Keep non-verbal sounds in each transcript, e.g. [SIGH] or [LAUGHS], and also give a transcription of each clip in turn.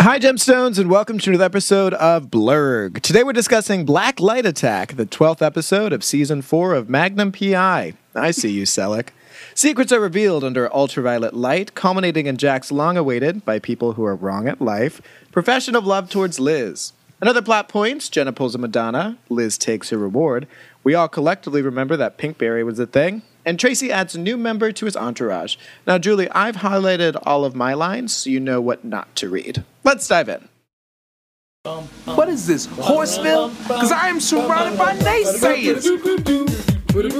Hi, Gemstones, and welcome to another episode of Blurg. Today we're discussing Black Light Attack, the 12th episode of season 4 of Magnum PI. I see you, Selleck. Secrets are revealed under ultraviolet light, culminating in Jack's long awaited, by people who are wrong at life, profession of love towards Liz. Another plot points Jenna pulls a Madonna, Liz takes her reward. We all collectively remember that Pinkberry was a thing. And Tracy adds a new member to his entourage. Now, Julie, I've highlighted all of my lines so you know what not to read. Let's dive in. What is this, Horseville? Because I am surrounded by naysayers.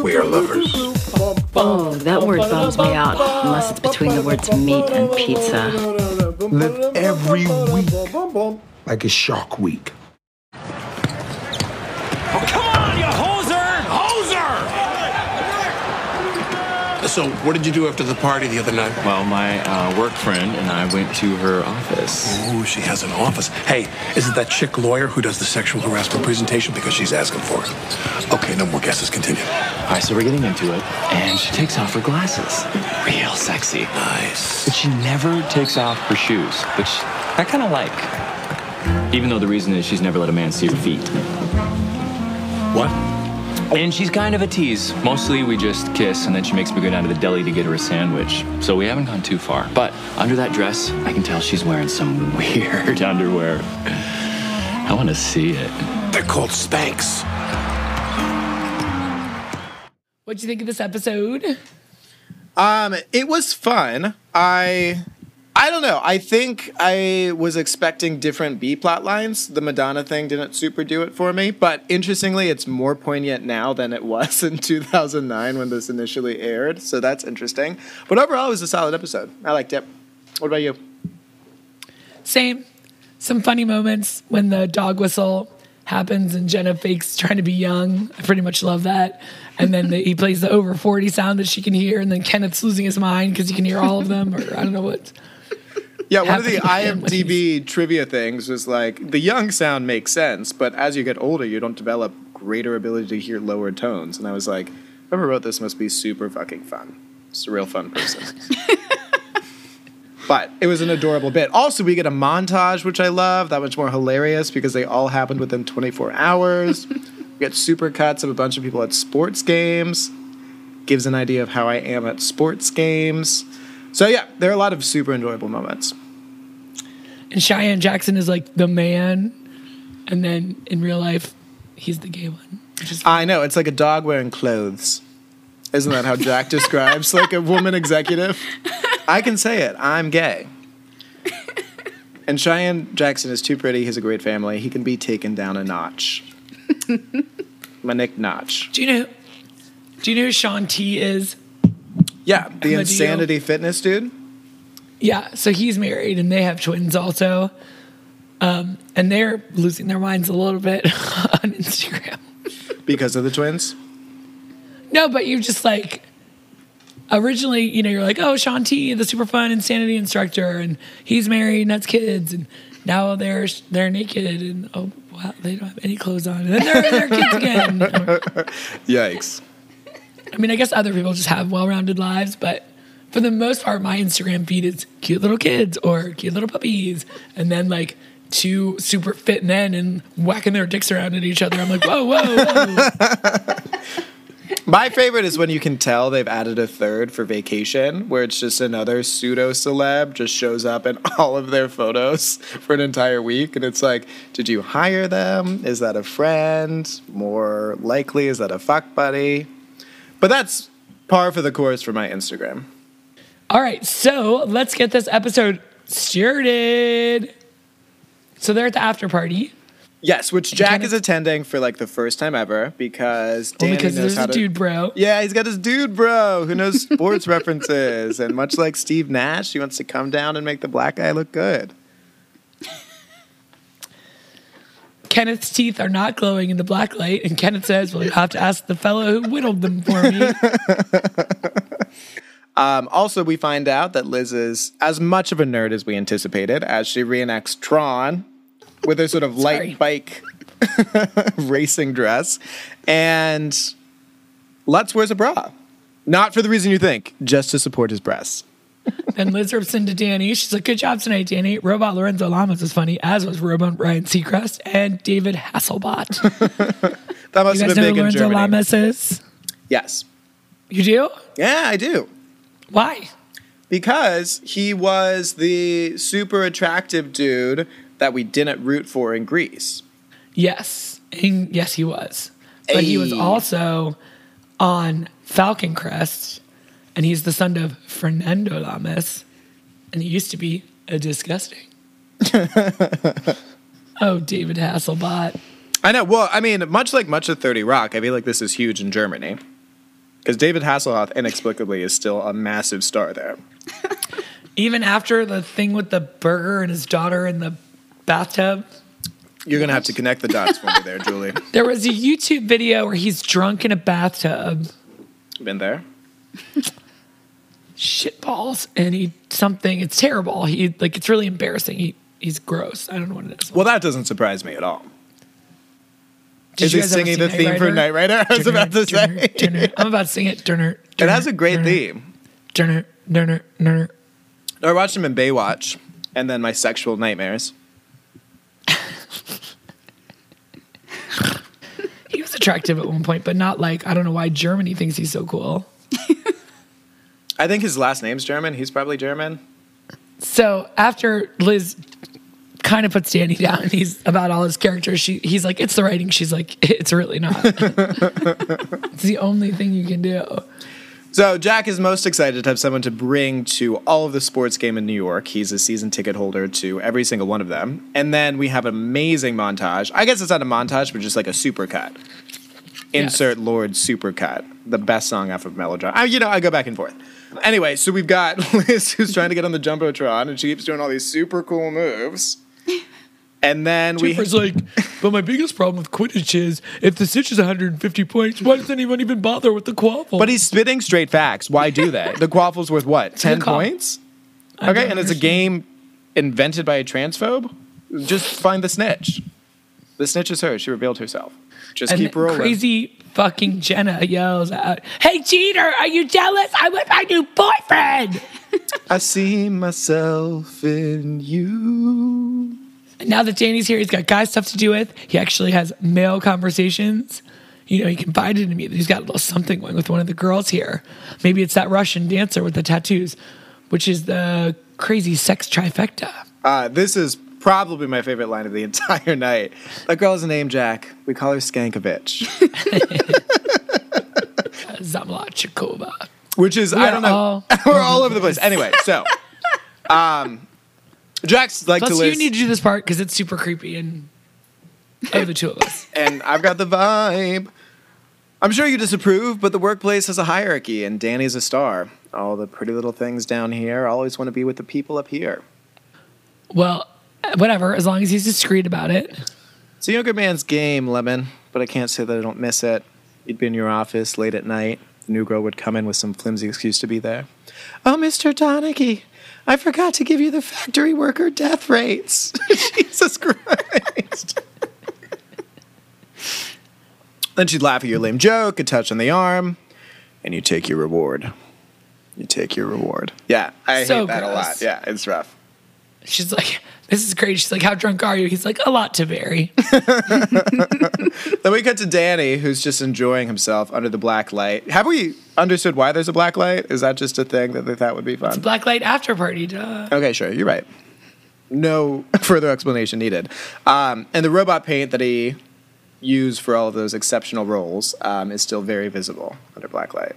We are lovers. Oh, that word bums me out. Unless it's between the words meat and pizza. Live every week like a shark week. Oh, come on, you hoser! Hoser! So, what did you do after the party the other night? Well, my uh, work friend and I went to her office. Oh, she has an office. Hey, is it that chick lawyer who does the sexual harassment presentation because she's asking for it? Okay, no more guesses. Continue. All right, so we're getting into it, and she takes off her glasses. Real sexy. Nice. But she never takes off her shoes, which I kind of like. Even though the reason is she's never let a man see her feet. Oh. What? And she's kind of a tease. Mostly we just kiss, and then she makes me go down to the deli to get her a sandwich. So we haven't gone too far. But under that dress, I can tell she's wearing some [LAUGHS] weird underwear. I want to see it. They're called Spanx. What'd you think of this episode? Um, it was fun. I I don't know. I think I was expecting different B plot lines. The Madonna thing didn't super do it for me, but interestingly, it's more poignant now than it was in 2009 when this initially aired. So that's interesting. But overall, it was a solid episode. I liked it. What about you? Same. Some funny moments when the dog whistle happens and Jenna fakes trying to be young. I pretty much love that. And then the, he plays the over 40 sound that she can hear. And then Kenneth's losing his mind because he can hear all of them, or I don't know what. Yeah, one of the Happening with IMDb trivia things was like the young sound makes sense, but as you get older, you don't develop greater ability to hear lower tones. And I was like, whoever wrote this must be super fucking fun. It's a real fun person. but it was an adorable bit. Also, we get a montage, which I love. That much more hilarious because they all happened within 24 hours. we get super cuts of a bunch of people at sports games. Gives an idea of how I am at sports games. So yeah, there are a lot of super enjoyable moments. And Cheyenne Jackson is like the man. And then in real life, he's the gay one. Which is I know. It's like a dog wearing clothes. Isn't that how Jack describes like a woman executive? I can say it. I'm gay. And Cheyenne Jackson is too pretty. He's a great family. He can be taken down a notch. My Nick Notch. do you know? Do you know who Sean T is? Yeah, the Amadeo. insanity fitness dude. Yeah, so he's married and they have twins also. Um, and they're losing their minds a little bit [LAUGHS] on Instagram. Because of the twins. No, but you just like originally, you know, you're like, oh, Sean T, the super fun insanity instructor, and he's married and has kids, and now they're they're naked and oh wow, they don't have any clothes on, and then they're they're kids again. Yikes. I mean, I guess other people just have well-rounded lives, but for the most part, my Instagram feed is cute little kids or cute little puppies, and then like two super fit men and whacking their dicks around at each other. I'm like, whoa, whoa, [LAUGHS] whoa. My favorite is when you can tell they've added a third for vacation, where it's just another pseudo celeb just shows up in [LAUGHS] all of their photos for an entire week. And it's like, did you hire them? Is that a friend? More likely, is that a fuck buddy? But that's par for the course for my Instagram. All right, so let's get this episode started. So they're at the after party Yes, which Jack Jenna- is attending for like the first time ever because Danny only Oh, because knows there's how a to. dude, bro. Yeah, he's got his dude bro who knows sports references. And much like Steve Nash, he wants to come down and make the black guy look good. Kenneth's teeth are not glowing in the black light, and Kenneth says, "Well, you have to ask the fellow who whittled them [LAUGHS] for me." Um, also, we find out that Liz is as much of a nerd as we anticipated as she reenacts Tron with her sort of light Sorry. bike [LAUGHS] racing dress. And Lutz wears a bra. Not for the reason you think, just to support his breasts. Then Liz Ripson to Danny. She's like, good job tonight, Danny. Robot Lorenzo Lamas was funny, as was Robot Ryan Seacrest and David [LAUGHS] Hasselbot. you That must have been guys know big who in Lorenzo Germany. Lamas is? Yes. You do? Yeah, I do. Why? Because he was the super attractive dude that we didn't root for in Greece. Yes. And yes, he was. But he was Ayy. also on Falcon Crest, and he's the son of Fernando Lamas, and he used to be a disgusting. [LAUGHS] oh, David Hasselbot. I know. Well, I mean, much like much of 30 Rock, I feel like this is huge in Germany. Because David Hasselhoff inexplicably is still a massive star there. Even after the thing with the burger and his daughter in the bathtub, You're going to have to connect the dots for me there, [LAUGHS] Julie. there was a YouTube video where he's drunk in a bathtub, Been there? shit balls, and he something. It's terrible. He like it's really embarrassing. He he's gross. I don't know what it is. Well, that doesn't surprise me at all. Did is you he guys ever singing see the Knight theme for Rider? Knight Rider? [LAUGHS] I was about to say. Turner. I'm about to sing it. Turner. It has a great theme. Turner. Turner. Turner. I watched him in Baywatch and then my sexual nightmares. He was attractive at one point, but not like I don't know why Germany thinks he's so cool. I think his last name's German. He's probably German. So after Liz kind of puts Danny down, and he's about all his characters. She he's like, it's the writing. She's like, it's really [LAUGHS] not. it's the only thing you can do. So Jack is most excited to have someone to bring to all of the sports game in New York. He's a season ticket holder to every single one of them. And then we have an amazing montage. I guess it's not a montage, but just like a supercut. Insert Lord Supercut, the best song off of Melodrama. I, you know, I go back and forth. Anyway, so we've got [LAUGHS] Liz who's trying to get on the jumbotron, and she keeps doing all these super cool moves. And then we Cooper's like, but my biggest problem with Quidditch is if the Stitch is 150 points, why does anyone even bother with the quaffle? But he's spitting straight facts. Why do that? the quaffle's worth what? Ten call. points? Okay, don't and it's a understand. game invented by a transphobe? Just find the snitch. The snitch is her. She revealed herself. Just And keep rolling. Crazy fucking Jenna yells out, Hey, cheater, are you jealous? I'm with my new boyfriend. I see myself in you. And now that Danny's here, he's got guy stuff to do with. He actually has male conversations. You know, he confided in me that he's got a little something going with one of the girls here. Maybe it's that Russian dancer with the tattoos, which is the crazy sex trifecta. Uh, this is probably my favorite line of the [LAUGHS] entire night. That girl's name Jack. We call her [LAUGHS] Skankovich. Zamla Chikova. Which is I We're don't know. all [LAUGHS] We're all over the place. Anyway, so um Jack's like to Plus, you list need to do this part because it's super creepy and of the two of us. and I've got the vibe. I'm sure you disapprove, but the workplace has a hierarchy, and Danny's a star. All the pretty little things down here always want to be with the people up here. Well, whatever, as long as he's discreet about it. It's a younger man's game, Lemon, but I can't say that I don't miss it. You'd be in your office late at night. The new girl would come in with some flimsy excuse to be there. Oh, Mr. Donaghy, I forgot to give you the factory worker death rates. [LAUGHS] Jesus Christ. then she'd laugh at your lame joke, a touch on the arm, and you take your reward. You take your reward. Yeah, I So hate that a lot. gross. Yeah, it's rough. She's like, this is great. She's like, how drunk are you? He's like, a lot to vary. Then we cut to Danny, who's just enjoying himself under the black light. Have we understood why there's a black light? Is that just a thing that they thought would be fun? Blacklight after party, duh. Okay, sure, you're right. No [LAUGHS] further explanation needed. Um, and the robot paint that he used for all of those exceptional roles um, is still very visible under black light.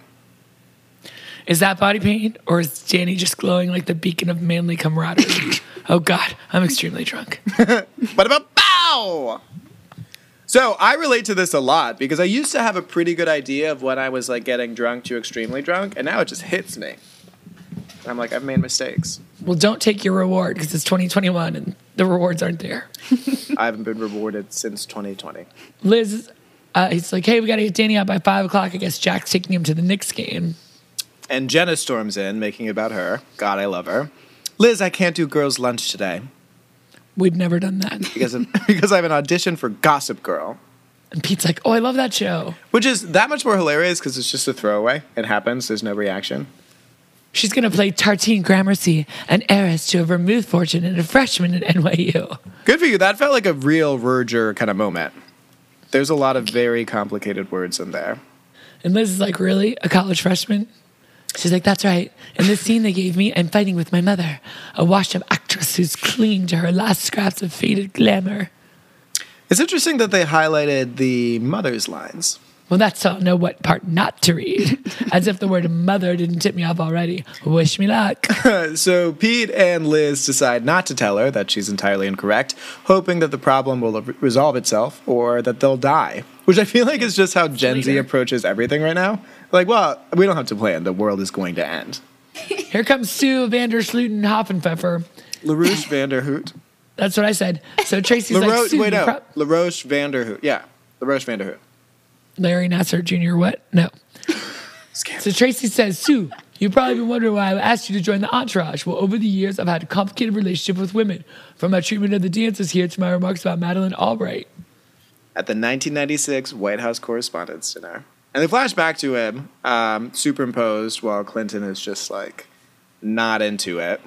Is that body paint or is Danny just glowing like the beacon of manly camaraderie? oh God, I'm extremely drunk. But about bow. So I relate to this a lot because I used to have a pretty good idea of when I was like getting drunk to extremely drunk, and now it just hits me. I'm like, I've made mistakes. Well, don't take your reward because it's 2021 and the rewards aren't there. I haven't been rewarded since 2020. Liz, uh, he's like, hey, we got to get Danny out by five o'clock. I guess Jack's taking him to the Knicks game. And Jenna storms in, making it about her. God, I love her. Liz, I can't do girls' lunch today We've never done that. because of, [LAUGHS] because I have an audition for Gossip Girl, And Pete's like, oh, I love that show. which is that much more hilarious because it's just a throwaway. It happens. There's no reaction. She's going to play Tartine Gramercy, an heiress to a vermouth fortune and a freshman at NYU. Good for you. That felt like a real Verger kind of moment. There's a lot of very complicated words in there. And Liz is like, Really? A college freshman? She's like, That's right. In this scene they gave me, I'm fighting with my mother, a washed up actress who's clinging to her last scraps of faded glamour. It's interesting that they highlighted the mother's lines. Well, that's how I know what part not to read. [LAUGHS] As if the word mother didn't tip me off already. Wish me luck. So Pete and Liz decide not to tell her that she's entirely incorrect, hoping that the problem will resolve itself or that they'll die. Which I feel like is just how Gen Z Later. approaches everything right now. Like, well, we don't have to plan. The world is going to end. Here comes Sue Vanderslooten Hoffenpfeffer. LaRouche [LAUGHS] Vanderhoot. That's what I said. So Tracy's like, LaRoche, Sue, wait, you no. prob- LaRoche Vanderhoot. Yeah. LaRoche Vanderhoot. Larry Nasser Jr. What? No. so Tracy says, Sue, you've probably been wondering why I asked you to join the entourage. Well, over the years, I've had a complicated relationship with women, from my treatment of the dancers here to my remarks about Madeline Albright. at the 1996 White House Correspondents' Dinner. And they flash back to him, um, superimposed, while Clinton is just like not into it.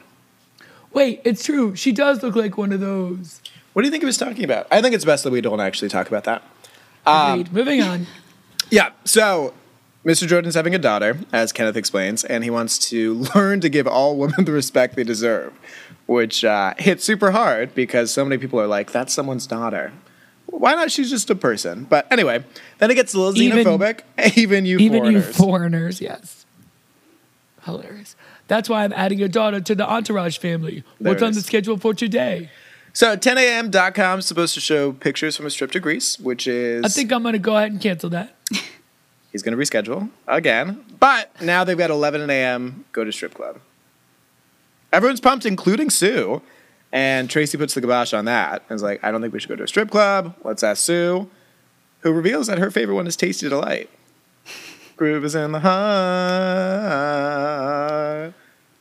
Wait, it's true. She does look like one of those. What do you think he was talking about? I think it's best that we don't actually talk about that. Um, Agreed. [LAUGHS] Moving on. Yeah, so Mr. Jordan's having a daughter, as Kenneth explains, and he wants to [LAUGHS] learn to give all women the respect they deserve, which uh, hits super hard because so many people are like, that's someone's daughter. Why not? She's just a person. But anyway, then it gets a little Even- xenophobic. [LAUGHS] Even you Even you foreigners. foreigners, yes. Hilarious. That's why I'm adding your daughter to the entourage family. There What's it on the is. schedule for today? So 10am.com is supposed to show pictures from a trip to Greece, which is I think I'm going to go ahead and cancel that. he's going to reschedule again. But now they've got 11 a.m. Go to strip club. Everyone's pumped, including Sue. And Tracy puts the kibosh on that and is like, I don't think we should go to a strip club. Let's ask Sue, who reveals that her favorite one is Tasty Delight. Groove is in the heart.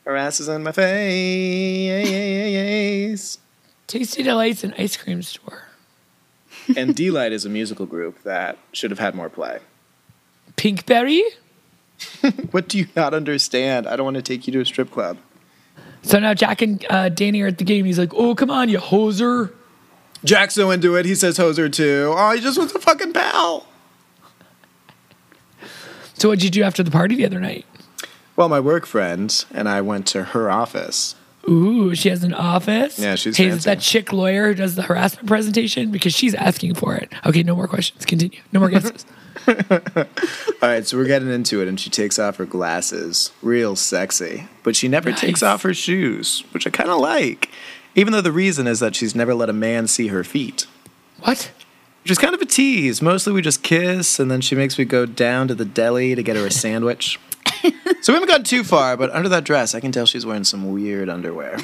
Her ass is in my face. Tasty Delight's an ice cream store. and D Light is a musical group that should have had more play. Pinkberry? What do you not understand? I don't want to take you to a strip club. So now Jack and uh, Danny are at the game. He's like, oh, come on, you hoser. Jack's so into it. He says hoser too. Oh, he just wants a fucking pal. So what'd you do after the party the other night? Well, my work friend and I went to her office. Ooh, she has an office. Yeah, she's Hey, is fancy. that chick lawyer who does the harassment presentation? Because she's asking for it. Okay, no more questions. Continue. No more guesses. [LAUGHS] All right, so we're getting into it, and she takes off her glasses, real sexy, but she never takes Nice. off her shoes, which I kind of like, even though the reason is that she's never let a man see her feet. what? Which is kind of a tease. Mostly we just kiss, and then she makes me go down to the deli to get her a [LAUGHS] sandwich. so we haven't gone too far, but under that dress, I can tell she's wearing some weird [LAUGHS] underwear.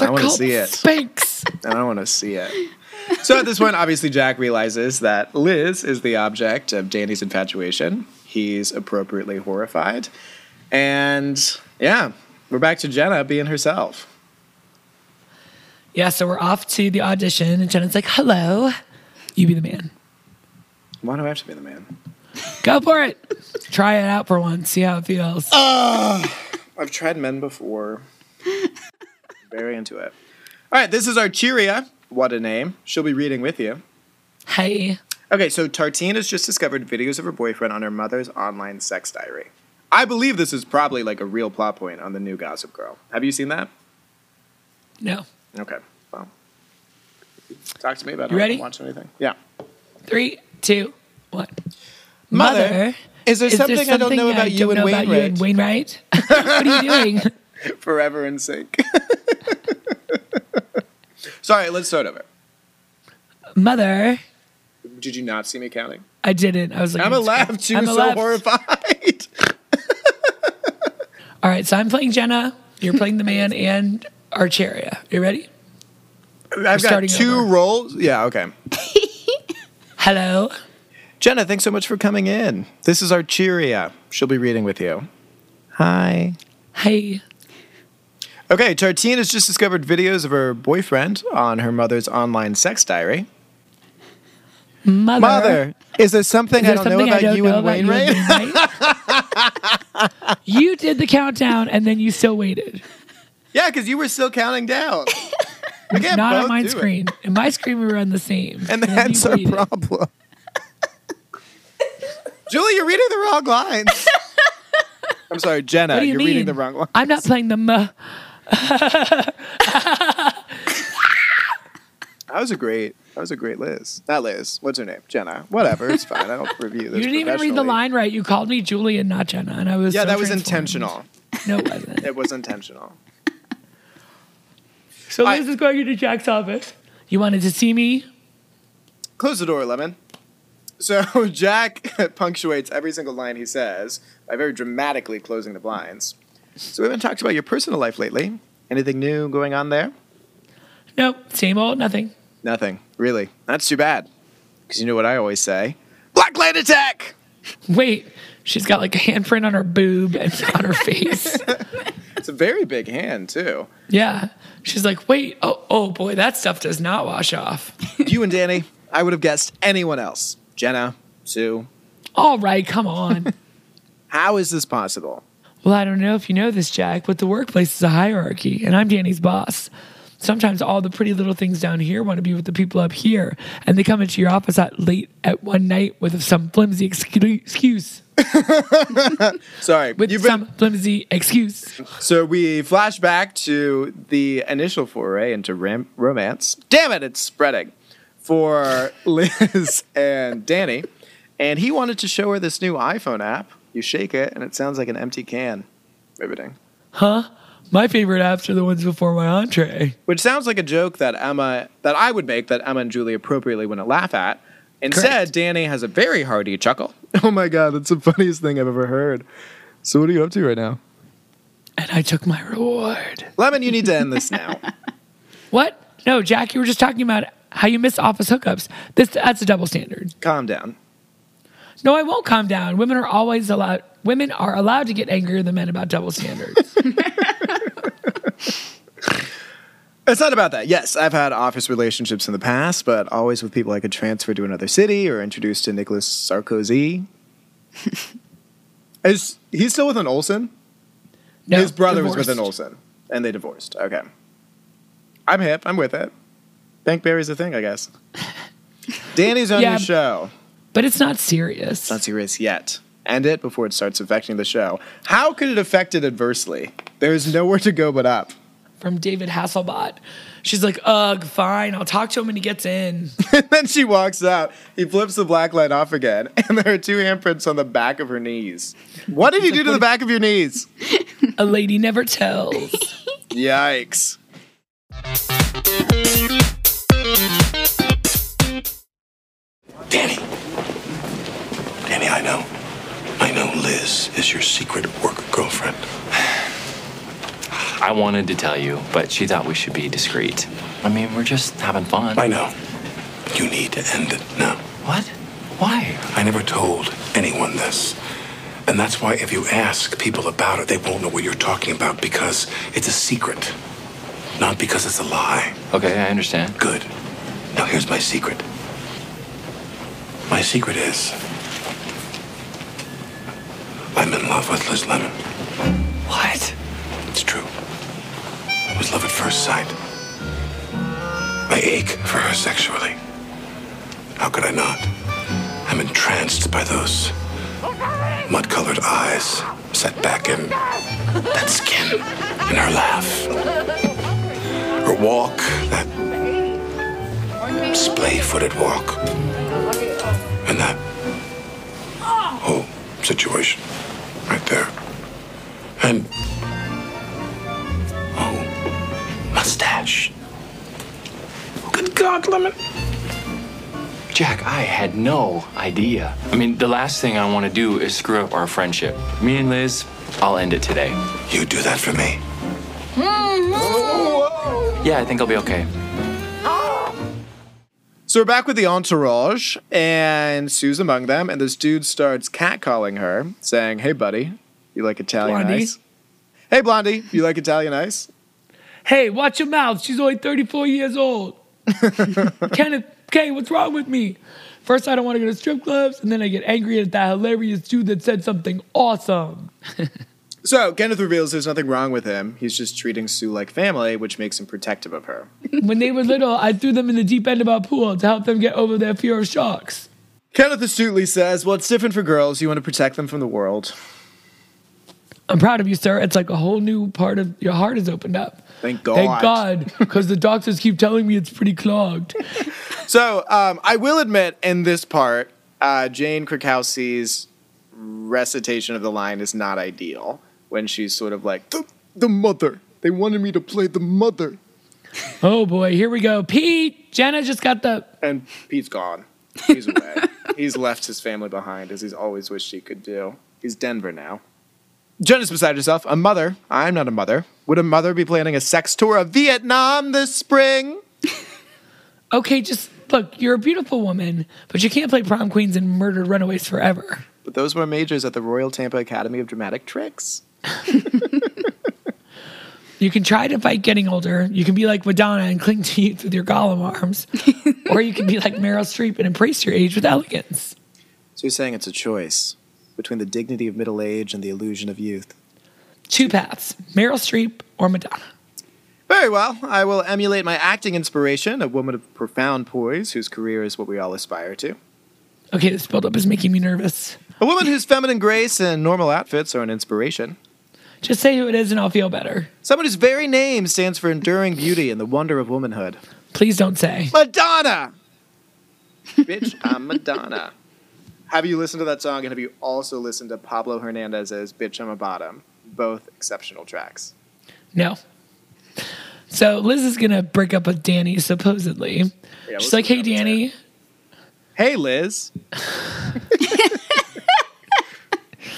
I want to Called see it. Spanx. I don't want to see it. So at this point, obviously, Jack realizes that Liz is the object of Danny's infatuation. He's appropriately horrified. And yeah, we're back to Jenna being herself. yeah, so we're off to the audition, and Jenna's like, hello, you be the man. Why do I have to be the man? Go for it. Try it out for once. See how it feels. I've tried men before. Very into it. All right, this is Archeria. What a name. She'll be reading with you. hey. Okay, so Tartine has just discovered videos of her boyfriend on her mother's online sex diary. I believe this is probably like a real plot point on the new Gossip Girl. Have you seen that? No. Okay. Well, talk to me about You it. I ready? haven't watched anything. Yeah. Three, two, one. Mother, is there something I don't know about you and about you and Wainwright? [LAUGHS] what are you doing? Forever in [LAUGHS] sync. Sorry, let's start over. Mother, Did you not see me counting? I didn't. I was like, I'm a laugh too, I'm a so left. horrified. All right, so I'm playing Jenna. You're playing [LAUGHS] the man and Archeria. You ready? I've got starting two over. roles. Yeah, okay. Hello. Jenna, thanks so much for coming in. This is Archeria. She'll be reading with you. Hi. Hey. Okay, Tartine has just discovered videos of her boyfriend on her mother's online sex diary. Mother. Mother, is there something Is there I don't something know about I don't you and know about you Wainwright? and Wainwright? you did the countdown and then you still waited. [LAUGHS] Yeah, because you were still counting [LAUGHS] down. We can't Not on both my do it. screen. In my screen, we were on the same. And then that's you our waited. problem. [LAUGHS] Julie, you're reading the wrong [LAUGHS] lines. I'm sorry, Jenna, What do you are mean? reading the wrong line. I'm not playing the muh. That was a great. That was a great Liz. Not Liz. What's her name? Jenna. Whatever. It's fine. I don't review this. You didn't even read the professionally. line right. You called me Julie and not Jenna, and I was Yeah, so that was transformed. intentional. No, it wasn't. It was intentional. [LAUGHS] So I- Liz is going into Jack's office. You wanted to see me? Close the door, Lemon. So [LAUGHS] Jack punctuates every single line he says by very dramatically closing the blinds. So we haven't talked about your personal life lately. Anything new going on there? Nope. Same old. Nothing. Nothing, really. That's too bad. Because you know what I always say Black Light Attack! Wait. She's got like a handprint on her boob and [LAUGHS] on her face. It's a very big hand, too. Yeah. She's like, wait, oh, oh boy, that stuff does not wash off. you and Danny, I would have guessed anyone else. Jenna, Sue. All right, come on. How is this possible? well, I don't know if you know this, Jack, but the workplace is a hierarchy, and I'm Danny's boss. Sometimes all the pretty little things down here want to be with the people up here, and they come into your office at late at one night with some flimsy excu- excuse. Sorry, With you've been- some flimsy excuse. So we flash back to the initial foray into ram- romance. Damn it, it's spreading for Liz [LAUGHS] and Danny. And he wanted to show her this new iPhone app. You shake it, and it sounds like an empty can. Riveting. My favorite apps are the ones before my entree. Which sounds like a joke that Emma, that I would make, that Emma and Julie appropriately wouldn't laugh at. Instead, Correct. Danny has a very hearty chuckle. [LAUGHS] Oh my god, that's the funniest thing I've ever heard. So what are you up to right now? And I took my reward. Lemon, you need to end this now. What? No, Jack, you were just talking about how you miss office hookups. This that's a double standard. Calm down. No, I won't calm down. Women are always allowed. Women are allowed to get angrier than men about double standards. It's not about that. Yes, I've had office relationships in the past, but always with people I could transfer to another city or introduce to Nicolas Sarkozy. [LAUGHS] Is he's still with an Olsen? [LAUGHS] No, His brother was divorced. with an Olsen, and they divorced. Okay, I'm hip. I'm with it. Bankberry's a thing, I [LAUGHS] guess. Danny's on Yeah. your show. but it's not serious. Not serious yet. End it before it starts affecting the show. How could it affect it adversely? There is nowhere to go but up. From David Hasselbot, she's like, "Ugh, fine. I'll talk to him when he gets in." then she walks out. He flips the black light off again, [LAUGHS] and there are two handprints on the back of her knees. What did you do to the back of your knees? A lady never tells. Yikes. Danny. Danny, I know. I know Liz is your secret work girlfriend. I wanted to tell you, but she thought we should be discreet. I mean, we're just having fun. I know. You need to end it now. What? Why? I never told anyone this. And that's why if you ask people about it, they won't know what you're talking about because it's a secret, not because it's a lie. Okay, I understand. Good. Now here's my secret. My secret is I'm in love with Liz Lemon. What? It's true. It was love at first sight. I ache for her sexually. How could I not? I'm entranced by those mud colored eyes set back in that skin and her laugh. Her walk, that splay footed walk, and that whole situation right there. And Oh, mustache. Good God, Lemon. Jack, I had no idea. I mean, the last thing I want to do is screw up our friendship. Me and Liz, I'll end it today. You do that for me. Yeah, I think I'll be okay. So we're back with the entourage, and Sue's among them, and this dude starts catcalling her, saying, Hey, buddy, you like Italian Blondie. ice? Hey, Blondie, you like Italian ice? hey, watch your mouth. She's only thirty-four years old. Kenneth, Kay, what's wrong with me? First, I don't want to go to strip clubs, and then I get angry at that hilarious dude that said something awesome. So Kenneth reveals there's nothing wrong with him. He's just treating Sue like family, which makes him protective of her. When they were little, I threw them in the deep end of our pool to help them get over their fear of sharks. Kenneth astutely says, Well, it's different for girls. You want to protect them from the world. I'm proud of you, sir. It's like a whole new part of your heart has opened up. Thank God. Thank God, because the doctors keep telling me it's pretty clogged. So um, I will admit, in this part, uh, Jane Krakowski's recitation of the line is not ideal when she's sort of like, the, the mother. They wanted me to play the mother. Oh boy, here we go. Pete, Jenna just got the. And Pete's gone. He's away. he's left his family behind, as he's always wished he could do. He's Denver now. Jenna's beside herself. A mother. I'm not a mother. Would a mother be planning a sex tour of Vietnam this spring? Okay, just look. You're a beautiful woman, but you can't play prom queens and murdered runaways forever. But those were majors at the Royal Tampa Academy of Dramatic Tricks. You can try to fight getting older. You can be like Madonna and cling to youth with your golem arms, or you can be like Meryl Streep and embrace your age with elegance. So you're saying it's a choice between the dignity of middle age and the illusion of youth. Two paths: Meryl Streep or Madonna. Very well. I will emulate my acting inspiration, a woman of profound poise whose career is what we all aspire to. Okay, this buildup is making me nervous. A woman whose feminine grace and normal outfits are an inspiration. Just say who it is, and I'll feel better. Someone whose very name stands for enduring beauty and the wonder of womanhood. Please don't say. Madonna! Bitch, I'm Madonna. Have you listened to that song and have you also listened to Pablo Hernandez's Bitch, I'm a Bottom? Both exceptional tracks. No. So Liz is gonna break up with Danny supposedly. let's She's like, see "Hey, what happens Danny, Hey, Liz.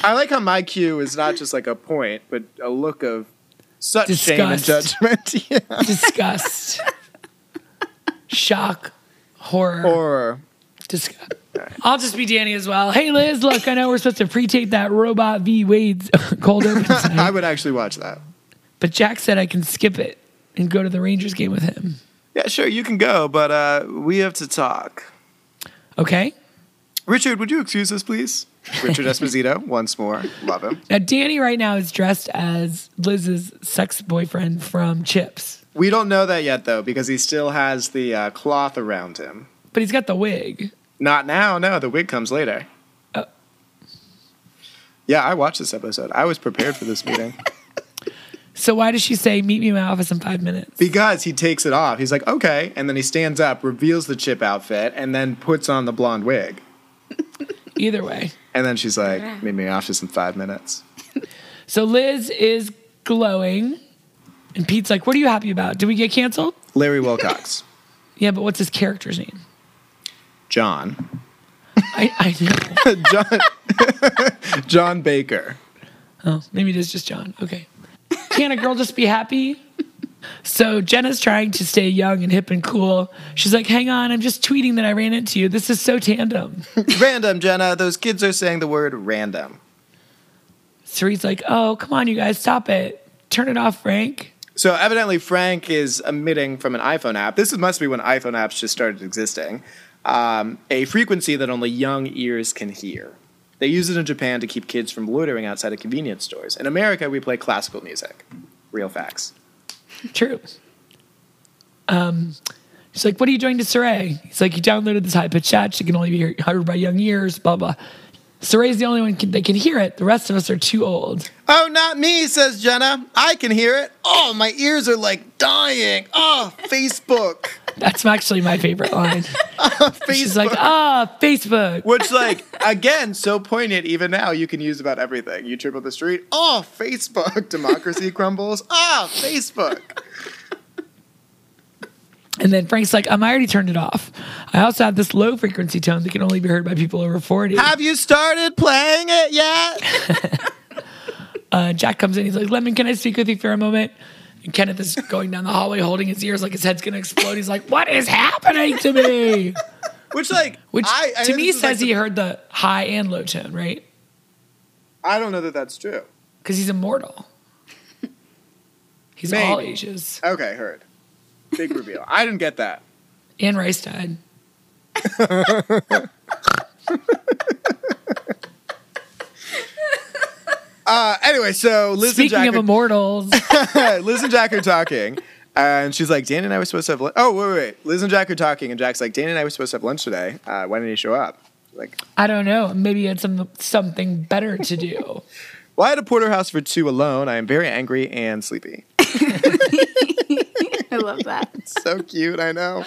I like how my cue is not just like a point, but a look of such shame and Disgust. judgment. [LAUGHS] yeah. disgust, shock, horror, Or disgust." I'll just be Danny as well. Hey, Liz, look, I know we're supposed to pre-tape that Robot v. Wade's [LAUGHS] cold open tonight, I would actually watch that. but Jack said I can skip it and go to the Rangers game with him. Yeah, sure, you can go, but uh, we have to talk. Okay. Richard, would you excuse us, please? Richard [LAUGHS] Esposito, once more. Love him. Now, Danny right now is dressed as Liz's sex boyfriend from Chips, We don't know that yet, though, because he still has the uh, cloth around him. but he's got the wig. Not now, no. The wig comes later. Oh. Yeah, I watched this episode. I was prepared for this meeting. So why does she say, "Meet me in my office in five minutes"? Because he takes it off. He's like, okay. And then he stands up, reveals the chip outfit, and then puts on the blonde wig. Either way. And then she's like, meet me in the office in five minutes. So Liz is glowing, and Pete's like, "What are you happy about? Did we get canceled?" Larry Wilcox, Yeah, but what's his character's name? John, [LAUGHS] I, I know. John, [LAUGHS] John Baker. Oh, maybe it is just John. Okay. Can't a girl just be happy? So Jenna's trying to stay young and hip and cool. She's like, "Hang on, I'm just tweeting that I ran into you. This is so tandem." Random, Jenna. Those kids are saying the word random. Sarit's like, "Oh, come on, you guys, stop it. Turn it off, Frank." So evidently, Frank is emitting from an iPhone app. This must be when iPhone apps just started existing. Um, a frequency that only young ears can hear. They use it in Japan to keep kids from loitering outside of convenience stores. In America, we play classical music. Real facts. True. Um, she's like, "What are you doing to Saray?" He's like, "You downloaded this high pitched chat. She can only be hear- heard by young ears." Blah blah. Saray's the only one can, that can hear it. The rest of us are too old. Oh, not me, says Jenna. I can hear it. Oh, my ears are like dying. Oh, Facebook. That's actually my favorite line. Facebook. She's like, "Ah, Facebook." Which, like, again, so poignant even now, you can use about everything. You trip up the street, oh, Facebook. [LAUGHS] Democracy crumbles, ah, Facebook. And then Frank's like, "Um, I already turned it off. I also have this low frequency tone that can only be heard by people over 40." Have you started playing it yet? Uh, Jack comes in. He's like, Lemon, can I speak with you for a moment? And Kenneth is going down the hallway holding his ears like his head's going to explode. He's like, What is happening [LAUGHS] to me? Which, like, Which I, I to know me this is, says like, he the- heard the high and low tone, right? I don't know that that's true. Because he's immortal. He's all Maybe. ages. Okay, heard. Big reveal. I didn't get that. And Rice died. Uh, anyway, so Liz Speaking and of Jack are, immortals, [LAUGHS] Liz and Jack are [LAUGHS] talking, and she's like, "Dan and I were supposed to have lunch." Oh, wait, wait, wait. Liz and Jack are talking, and Jack's like, "Dan and I were supposed to have lunch today. Uh, why didn't he show up?" Like, I don't know. Maybe you had some something better to do. well, I had a porterhouse for two alone. I am very angry and sleepy. [LAUGHS] [LAUGHS] I love that. So cute, I know.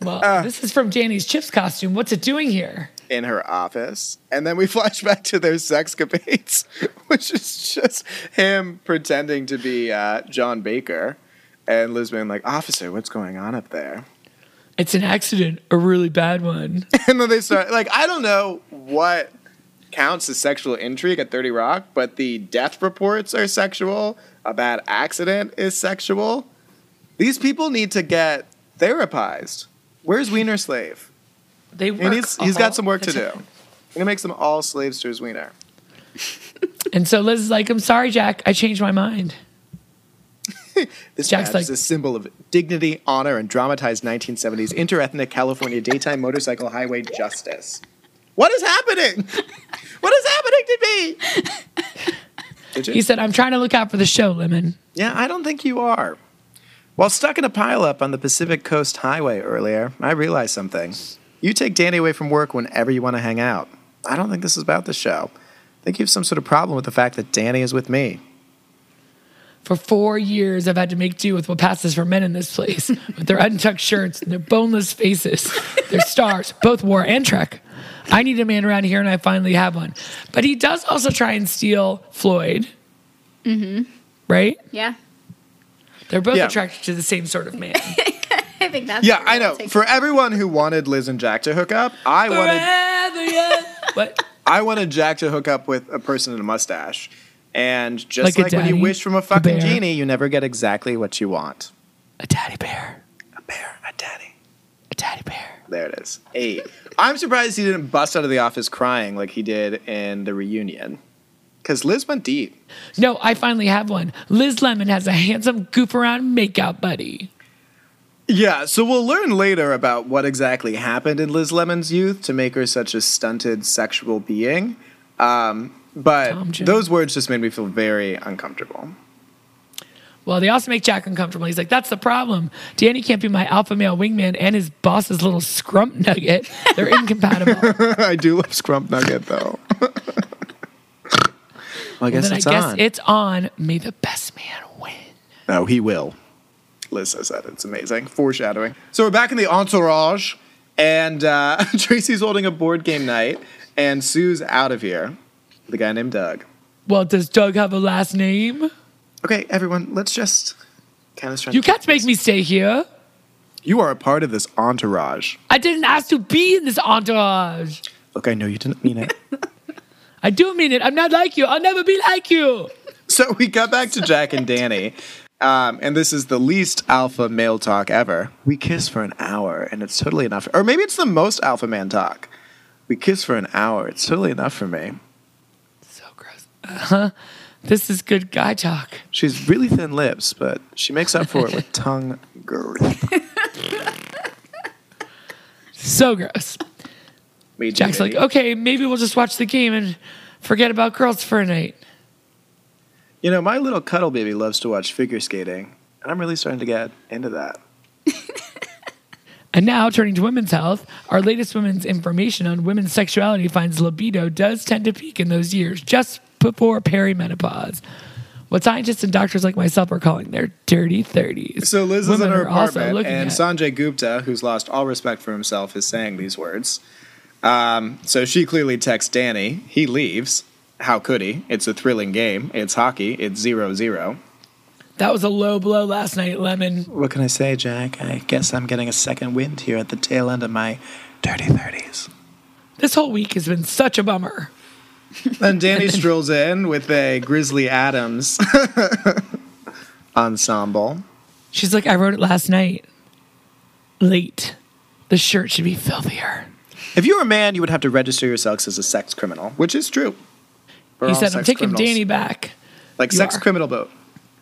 Well, Uh. this is from Danny's chips costume. What's it doing here? in her office. And then we [LAUGHS] flash back to their sexcapades, [LAUGHS] which is just him pretending to be uh, John Baker. And Liz being like, Officer, what's going on up there? It's an accident, a really bad one. [LAUGHS] And then they start, like, I don't know what counts as sexual intrigue at 30 Rock, but the death reports are sexual, a bad accident is sexual. These people need to get therapized. Where's Wiener Slave? They work And he's, he's got all some work to [LAUGHS] the do. time. And it makes them all slaves to his wiener. And so Liz is like, "I'm sorry, Jack. I changed my mind." This Jack's badge like- is a symbol of dignity, honor, and dramatized 1970s interethnic California daytime motorcycle highway justice. What is [LAUGHS] happening? What is happening to me? Did you? He said, "I'm trying to look out for the show, Lemon." yeah, I don't think you are. While stuck in a pileup on the Pacific Coast Highway earlier, I realized something. You take Danny away from work whenever you want to hang out. I don't think this is about the show. I think you have some sort of problem with the fact that Danny is with me. For four years, I've had to make do with what passes for men in this place, with their untucked shirts and their boneless faces, their stars, both war and trek. I need a man around here, and I finally have one. But he does also try and steal Floyd. Mm-hmm. Right? Yeah. They're both Yeah. attracted to the same sort of man. I think that's Yeah, where I we'll know. take For it. everyone who wanted Liz and Jack to hook up, I wanted Forever young. [LAUGHS] What? I wanted Jack to hook up with a person in a mustache. And just Like a like, when you daddy, wish from a a fucking bear. genie, you never get exactly what you want. A daddy bear. A bear, a daddy. A daddy bear. There it is. Eight. I'm surprised he didn't bust out of the office crying like he did in the reunion. Because Liz went deep. No, I finally have one. Liz Lemon has a handsome goof around makeout buddy. Yeah, so we'll learn later about what exactly happened in Liz Lemon's youth to make her such a stunted sexual being. Um, Tom but Jones. those words just made me feel very uncomfortable. Well, they also make Jack uncomfortable. He's like, that's the problem. Danny can't be my alpha male wingman and his boss's little scrump nugget. They're [LAUGHS] incompatible. I do love Scrump Nugget though. well, I guess then I it's guess on. it's on. May the best man win. no, he will. Liz says that it's amazing foreshadowing. So we're back in the entourage, and uh, [LAUGHS] Tracy's holding a board game night, and Sue's out of here. The guy named Doug. Well, does Doug have a last name? Okay, everyone, let's just kind of try. You can't make me stay here. You are a part of this entourage. I didn't ask to be in this entourage. Look, I know you didn't mean it. I do mean it. I'm not like you. I'll never be like you. [LAUGHS] so we got back to Jack and Danny. Um, and this is the least alpha male talk ever. We kiss for an hour and it's totally enough. Or maybe it's the most alpha man talk. We kiss for an hour. It's totally enough for me. So gross. Uh-huh. This is good guy talk. She's really thin lips, but she makes up for it [LAUGHS] with tongue girth. So gross. We do, Jack's like, baby. "Oh." okay, maybe we'll just watch the game and forget about girls for a night. You know, my little cuddle baby loves to watch figure skating, and I'm really starting to get into that. And now, turning to women's health, our latest women's information on women's sexuality finds libido does tend to peak in those years just before perimenopause. What scientists and doctors like myself are calling their dirty 30s. So Liz is in Women her are also apartment, looking and at- Sanjay Gupta, who's lost all respect for himself, is saying these words. Um, so she clearly texts Danny. He leaves. How could he? It's a thrilling game. It's hockey. It's zero zero. That was a low blow last night, Lemon. What can I say, Jack? I guess I'm getting a second wind here at the tail end of my dirty thirties. This whole week has been such a bummer. Then [LAUGHS] Danny strolls in with a Grizzly Adams [LAUGHS] ensemble. She's like, I wrote it last night. Late. The shirt should be filthier. If you were a man, you would have to register yourself as a sex criminal, which is true. We're he all said, I'm sex taking criminals. Danny back. like you sex are. criminal boat.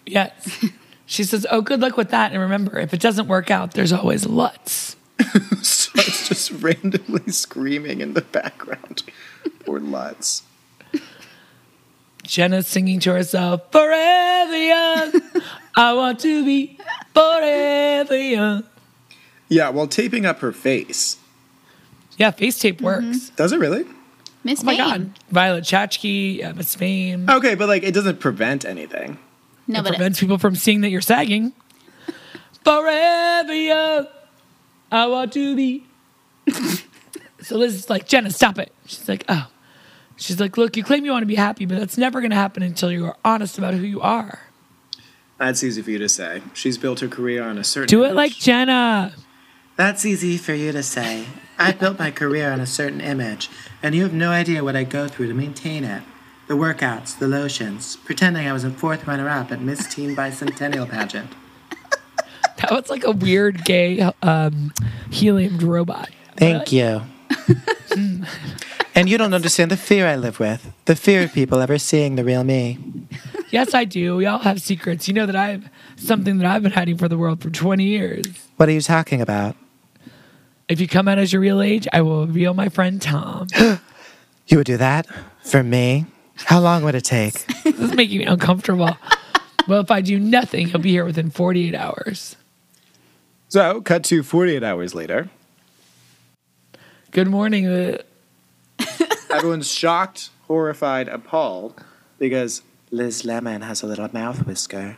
Yes. She says, "Oh, good luck with that." And remember, if it doesn't work out, there's always Lutz. [LAUGHS] starts just randomly screaming in the background. [LAUGHS] Poor Lutz. Jenna's singing to herself, "Forever young, I want to be forever young." Yeah, while taping up her face. Yeah, face tape works. Does it really? Miss Oh my Fame. God, Violet Chachki, uh, Miss Fame. Okay, but like it doesn't prevent anything. No, but prevents people from seeing that you're sagging. [LAUGHS] Forever young, I want to be. [LAUGHS] so Liz is like, Jenna, stop it. She's like, oh. She's like, look, you claim you want to be happy, but that's never going to happen until you are honest about who you are. That's easy for you to say. She's built her career on a certain. Do it like Jenna. That's easy for you to say. I built my career on a certain image, and you have no idea what I go through to maintain it. The workouts, the lotions, pretending I was a fourth runner up at Miss Teen Bicentennial [LAUGHS] pageant. That was like a weird gay um, heliumed robot. Thank you. [LAUGHS] and you don't understand the fear I live with. The fear of people ever seeing the real me. Yes, I do. We all have secrets. You know that I have something that I've been hiding for the world for 20 years. What are you talking about? If you come out as your real age, I will reveal my friend Tom. You would do that for me? How long would it take? This is [LAUGHS] making me uncomfortable. well, if I do nothing, he'll be here within 48 hours. So, cut to 48 hours later. Good morning. uh, Everyone's shocked, horrified, appalled because Liz Lemon has a little mouth whisker.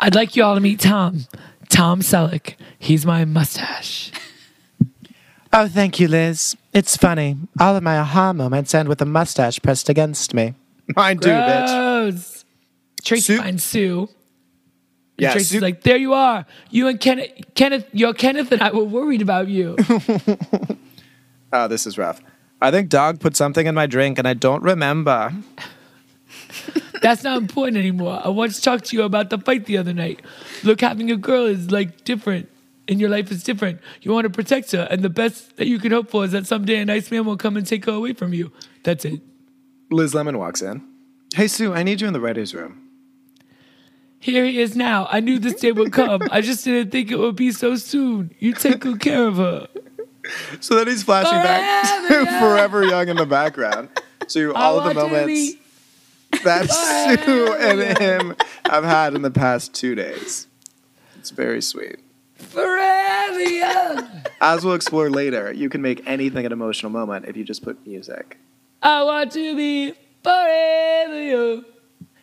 I'd like you all to meet Tom. Tom Selleck. He's my mustache. Oh, thank you, Liz. It's funny. All of my aha moments end with a mustache pressed against me. mine do, bitch. Gross. Tracy Sue- finds Sue. And Yeah, Tracy's Sue- like, there you are. You and Kenneth, Kenneth, your Kenneth and I were worried about you. Oh, this is rough. I think Dog put something in my drink, and I don't remember. That's not important anymore. I want to talk to you about the fight the other night. Look, having a girl is like different, and your life is different. You want to protect her, and the best that you can hope for is that someday a nice man will come and take her away from you. That's it. Liz Lemon walks in. Hey, Sue, I need you in the writer's room. Here he is now. I knew this day would come. I just didn't think it would be so soon. You take good care of her. So then he's flashing back to Forever Young in the background to I all of the want to moments be- that Sue and him have had in the past two days. It's very sweet. Forever young. As we'll explore later, you can make anything an emotional moment if you just put music. I want to be forever young.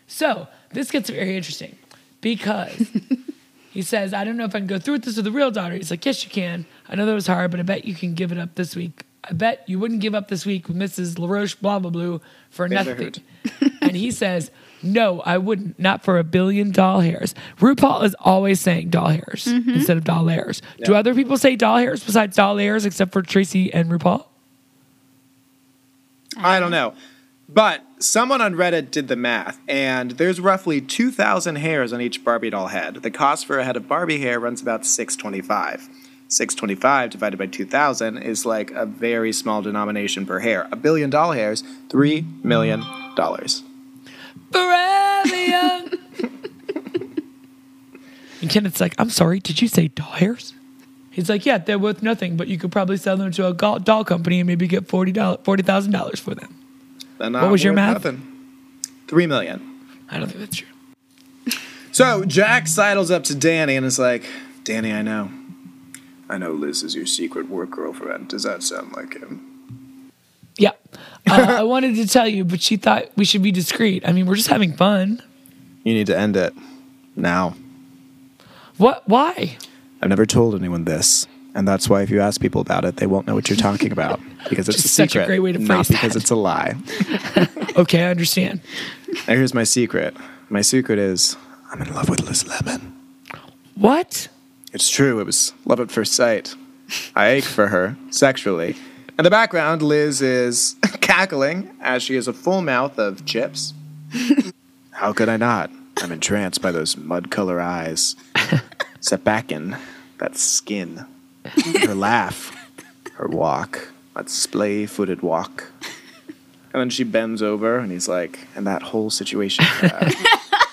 So this gets very interesting because he says, I don't know if I can go through with this with the real daughter. He's like, Yes, you can. I know that was hard, but I bet you can give it up this week. I bet you wouldn't give up this week with Mrs. LaRoche, blah, blah, blue, for nothing. Hoot. [LAUGHS] and he says, No, I wouldn't. Not for a billion doll hairs. RuPaul is always saying doll hairs instead of doll hairs. Do other people say doll hairs besides doll hairs except for Tracy and RuPaul? I don't know. But someone on Reddit did the math, and there's roughly 2,000 hairs on each Barbie doll head. The cost for a head of Barbie hair runs about 625. 625 divided by 2,000 is like a very small denomination per hair. A billion doll hairs, $3 million. forever young. and Kenneth's like, I'm sorry, did you say doll hairs? He's like, yeah, they're worth nothing, but you could probably sell them to a go- doll company and maybe get $40, $40,000 for them. They're What not was your worth math? Nothing. 3 million. I don't think that's true. So Jack sidles up to Danny and is like, Danny, I know. I know Liz is your secret work girlfriend. Does that sound like him? Yeah. Uh, I wanted to tell you, but she thought we should be discreet. I mean, we're just having fun. You need to end it. Now. What? Why? I've never told anyone this. And that's why if you ask people about it, they won't know what you're talking about. [LAUGHS] Because it's Just a such a secret. great way to not phrase because that. it's a lie. Okay, I understand. Now here's my secret. My secret is I'm in love with Liz Lemon. What? It's true, it was love at first sight. I ache for her, sexually. In the background, Liz is [LAUGHS] cackling as she has a full mouth of chips. How could I not? I'm entranced by those mud color eyes. Set back in that skin. Her laugh. Her walk. That splay footed walk. And then she bends over and he's like, and that whole situation. uh,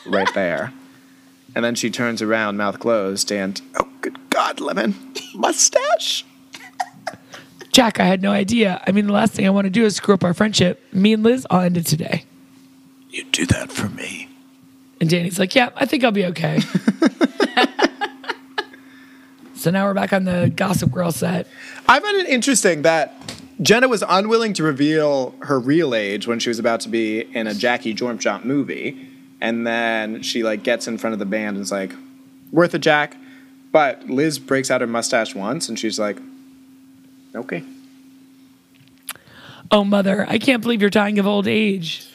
right there. And then she turns around, mouth closed, and oh, good God, Lemon, [LAUGHS] mustache. Jack, I had no idea. I mean, the last thing I want to do is screw up our friendship. Me and Liz, I'll end it today. You do that for me. And Danny's like, yeah, I think I'll be okay. so now we're back on the Gossip Girl set. I find it interesting that Jenna was unwilling to reveal her real age when she was about to be in a Jackie Jormchomp movie, and then she like gets in front of the band and is like, "Worth it, Jack." But Liz breaks out her mustache once, and she's like, "Okay." Oh, mother, I can't believe you're dying of old age.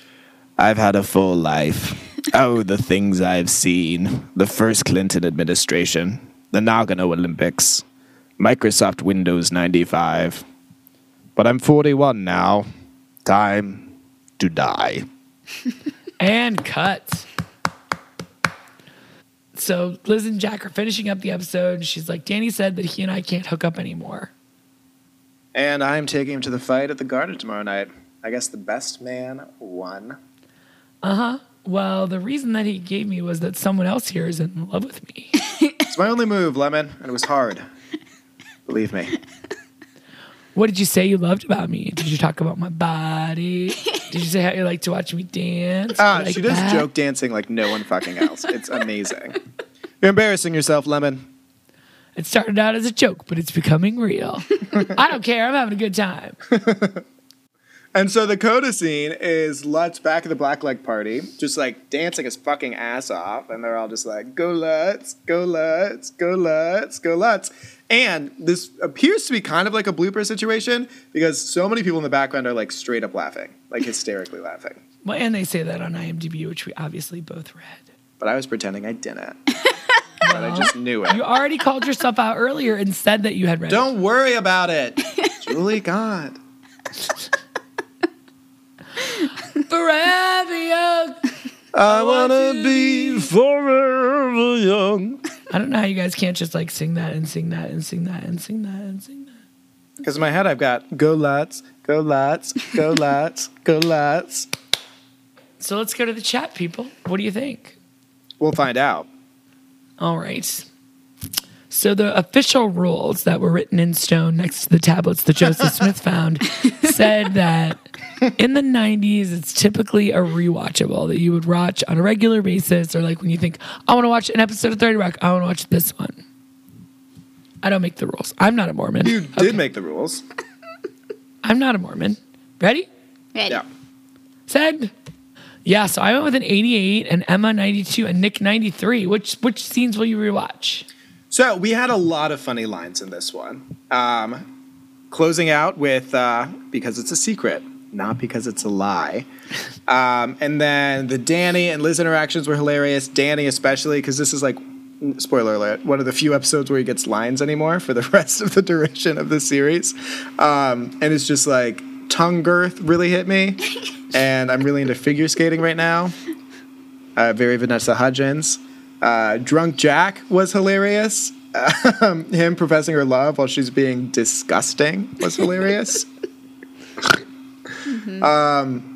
I've had a full life. Oh, the things I've seen. The first Clinton administration, the Nagano Olympics, Microsoft Windows 95. But I'm 41 now. Time to die. And cut. So Liz and Jack are finishing up the episode. And she's like, Danny said that he and I can't hook up anymore. And I'm taking him to the fight at the garden tomorrow night. I guess the best man won. Well, the reason that he gave me was that someone else here is in love with me. It's my only move, Lemon, and it was hard. Believe me. What did you say you loved about me? Did you talk about my body? Did you say how you like to watch me dance? Ah, Like she does that? joke dancing like no one fucking else. It's amazing. [LAUGHS] You're embarrassing yourself, Lemon. It started out as a joke, but it's becoming real. I don't care. I'm having a good time. And so the coda scene is Lutz back at the Blackleg party, just like dancing his fucking ass off, and they're all just like, "Go Lutz, go Lutz, go Lutz, go Lutz." And this appears to be kind of like a blooper situation because so many people in the background are like straight up laughing, like hysterically laughing. Well, and they say that on IMDb, which we obviously both read. But I was pretending I [LAUGHS] didn't, but I just knew it. You already called yourself out earlier and said that you had read. [LAUGHS] it. Don't worry about it, Julie. God. forever young. I wanna be forever young. I don't know how you guys can't just like sing that and sing that and sing that and sing that and sing that. Because in my head, I've got go lots, go lots, go lots, go lots. So let's go to the chat, people. What do you think? We'll find out. All right. So the official rules that were written in stone next to the tablets that Joseph Smith found said that in the 90s it's typically a rewatchable that you would watch on a regular basis or like when you think I want to watch an episode of 30 Rock, I want to watch this one. I don't make the rules. I'm not a Mormon. You did make the rules. I'm not a Mormon. Ready? Ready. Yeah. Said. Yeah, so I went with an 88 and Emma 92 and Nick 93. Which which scenes will you rewatch? So we had a lot of funny lines in this one. Um, closing out with uh, because it's a secret, not because it's a lie. Um, and then the Danny and Liz interactions were hilarious. Danny especially because this is like spoiler alert one of the few episodes where he gets lines anymore for the [LAUGHS] rest of the duration of the series um, and it's just like tongue girth really hit me and i'm really into figure skating right now uh, very vanessa hudgens uh, drunk jack was hilarious um, him professing her love while she's being disgusting was hilarious Mm-hmm. um,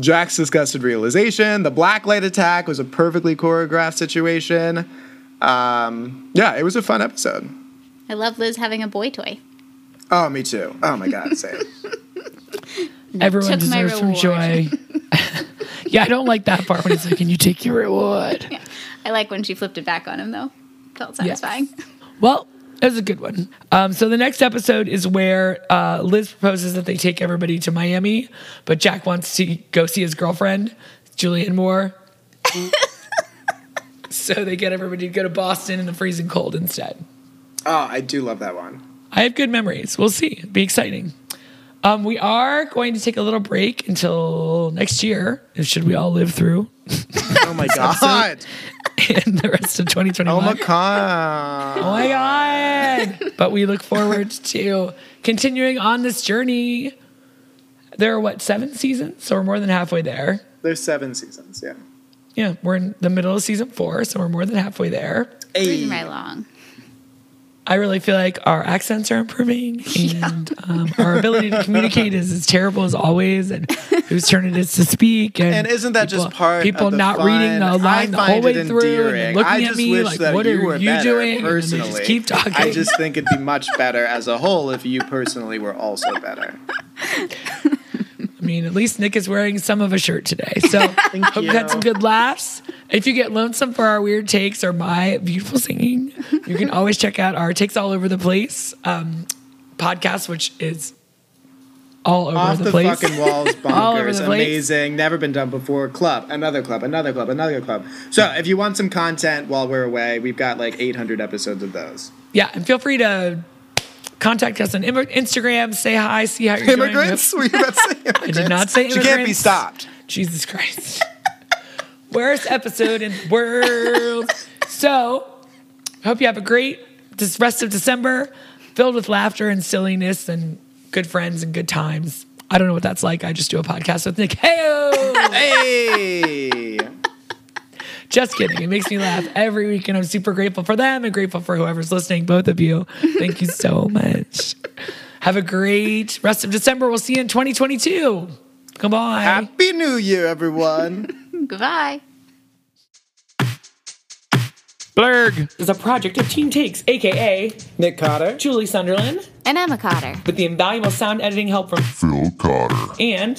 jack's disgusted realization the blacklight attack was a perfectly choreographed situation um, yeah, it was a fun episode. I love Liz having a boy toy. Oh, me too. Oh my god, same. Everyone took my deserves some joy. [LAUGHS] reward. yeah, I don't like that part when it's like, can you take your [LAUGHS] reward? I like when she flipped it back on him though. Felt satisfying. Well, that was a good one. Um, so the next episode is where uh, Liz proposes that they take everybody to Miami, but Jack wants to go see his girlfriend, Julianne [LAUGHS] Moore. so they get everybody to go to Boston in the freezing cold instead. oh, I do love that one. I have good memories. We'll see. It'll be exciting. Um, we are going to take a little break until next year, should we all live through [LAUGHS] Oh my [LAUGHS] god. in the rest of 2021. Oh my god. Oh my God. but we look forward to continuing on this journey. There are what, seven seasons? So we're more than halfway there. There's seven seasons, yeah. Yeah, we're in the middle of season four, so we're more than halfway there. Reading right along. I really feel like our accents [LAUGHS] are improving and um, our ability to communicate is as terrible as always and whose turn it is to speak. And, And isn't that just people- part of People the not fun? reading I the line the whole find it way through and endearing. then looking I at just me wish like, that what you are were you better doing? And then Personally, they just keep talking. I just think it'd be much better as a whole if you personally were also better. I mean, at least Nick is wearing some of a shirt today. So [LAUGHS] hope you you. had some good laughs. If you get lonesome for our weird takes or my beautiful singing, you can always check out our takes all over the place um, podcast, which is all over Off the, the place. [LAUGHS] fucking walls, All over bonkers, the place. amazing, never been done before. Club, another club, another club, another club. So if you want some content while we're away, we've got like 800 episodes of those. Yeah, and feel free to contact us on Im- Instagram. Say hi, see how you're Immigrants? doing. I did not say She immigrants. can't be stopped. Jesus Christ. [LAUGHS] Worst episode in the world. So, hope you have a great this rest of December, filled with laughter and silliness and good friends and good times. I don't know what that's like. I just do a podcast with Nick. Hey, [LAUGHS] [LAUGHS] hey. Just kidding. It makes me laugh every week, and I'm super grateful for them and grateful for whoever's listening, both of you. Thank [LAUGHS] you so much. Have a great rest of December. We'll see you in 2022. Come on. Happy New Year, everyone. Goodbye. Blurg is a project of Team Takes, aka Nick Cotter, Julie Sunderland, And Emma Cotter. with the invaluable sound editing help from Phil Cotter. and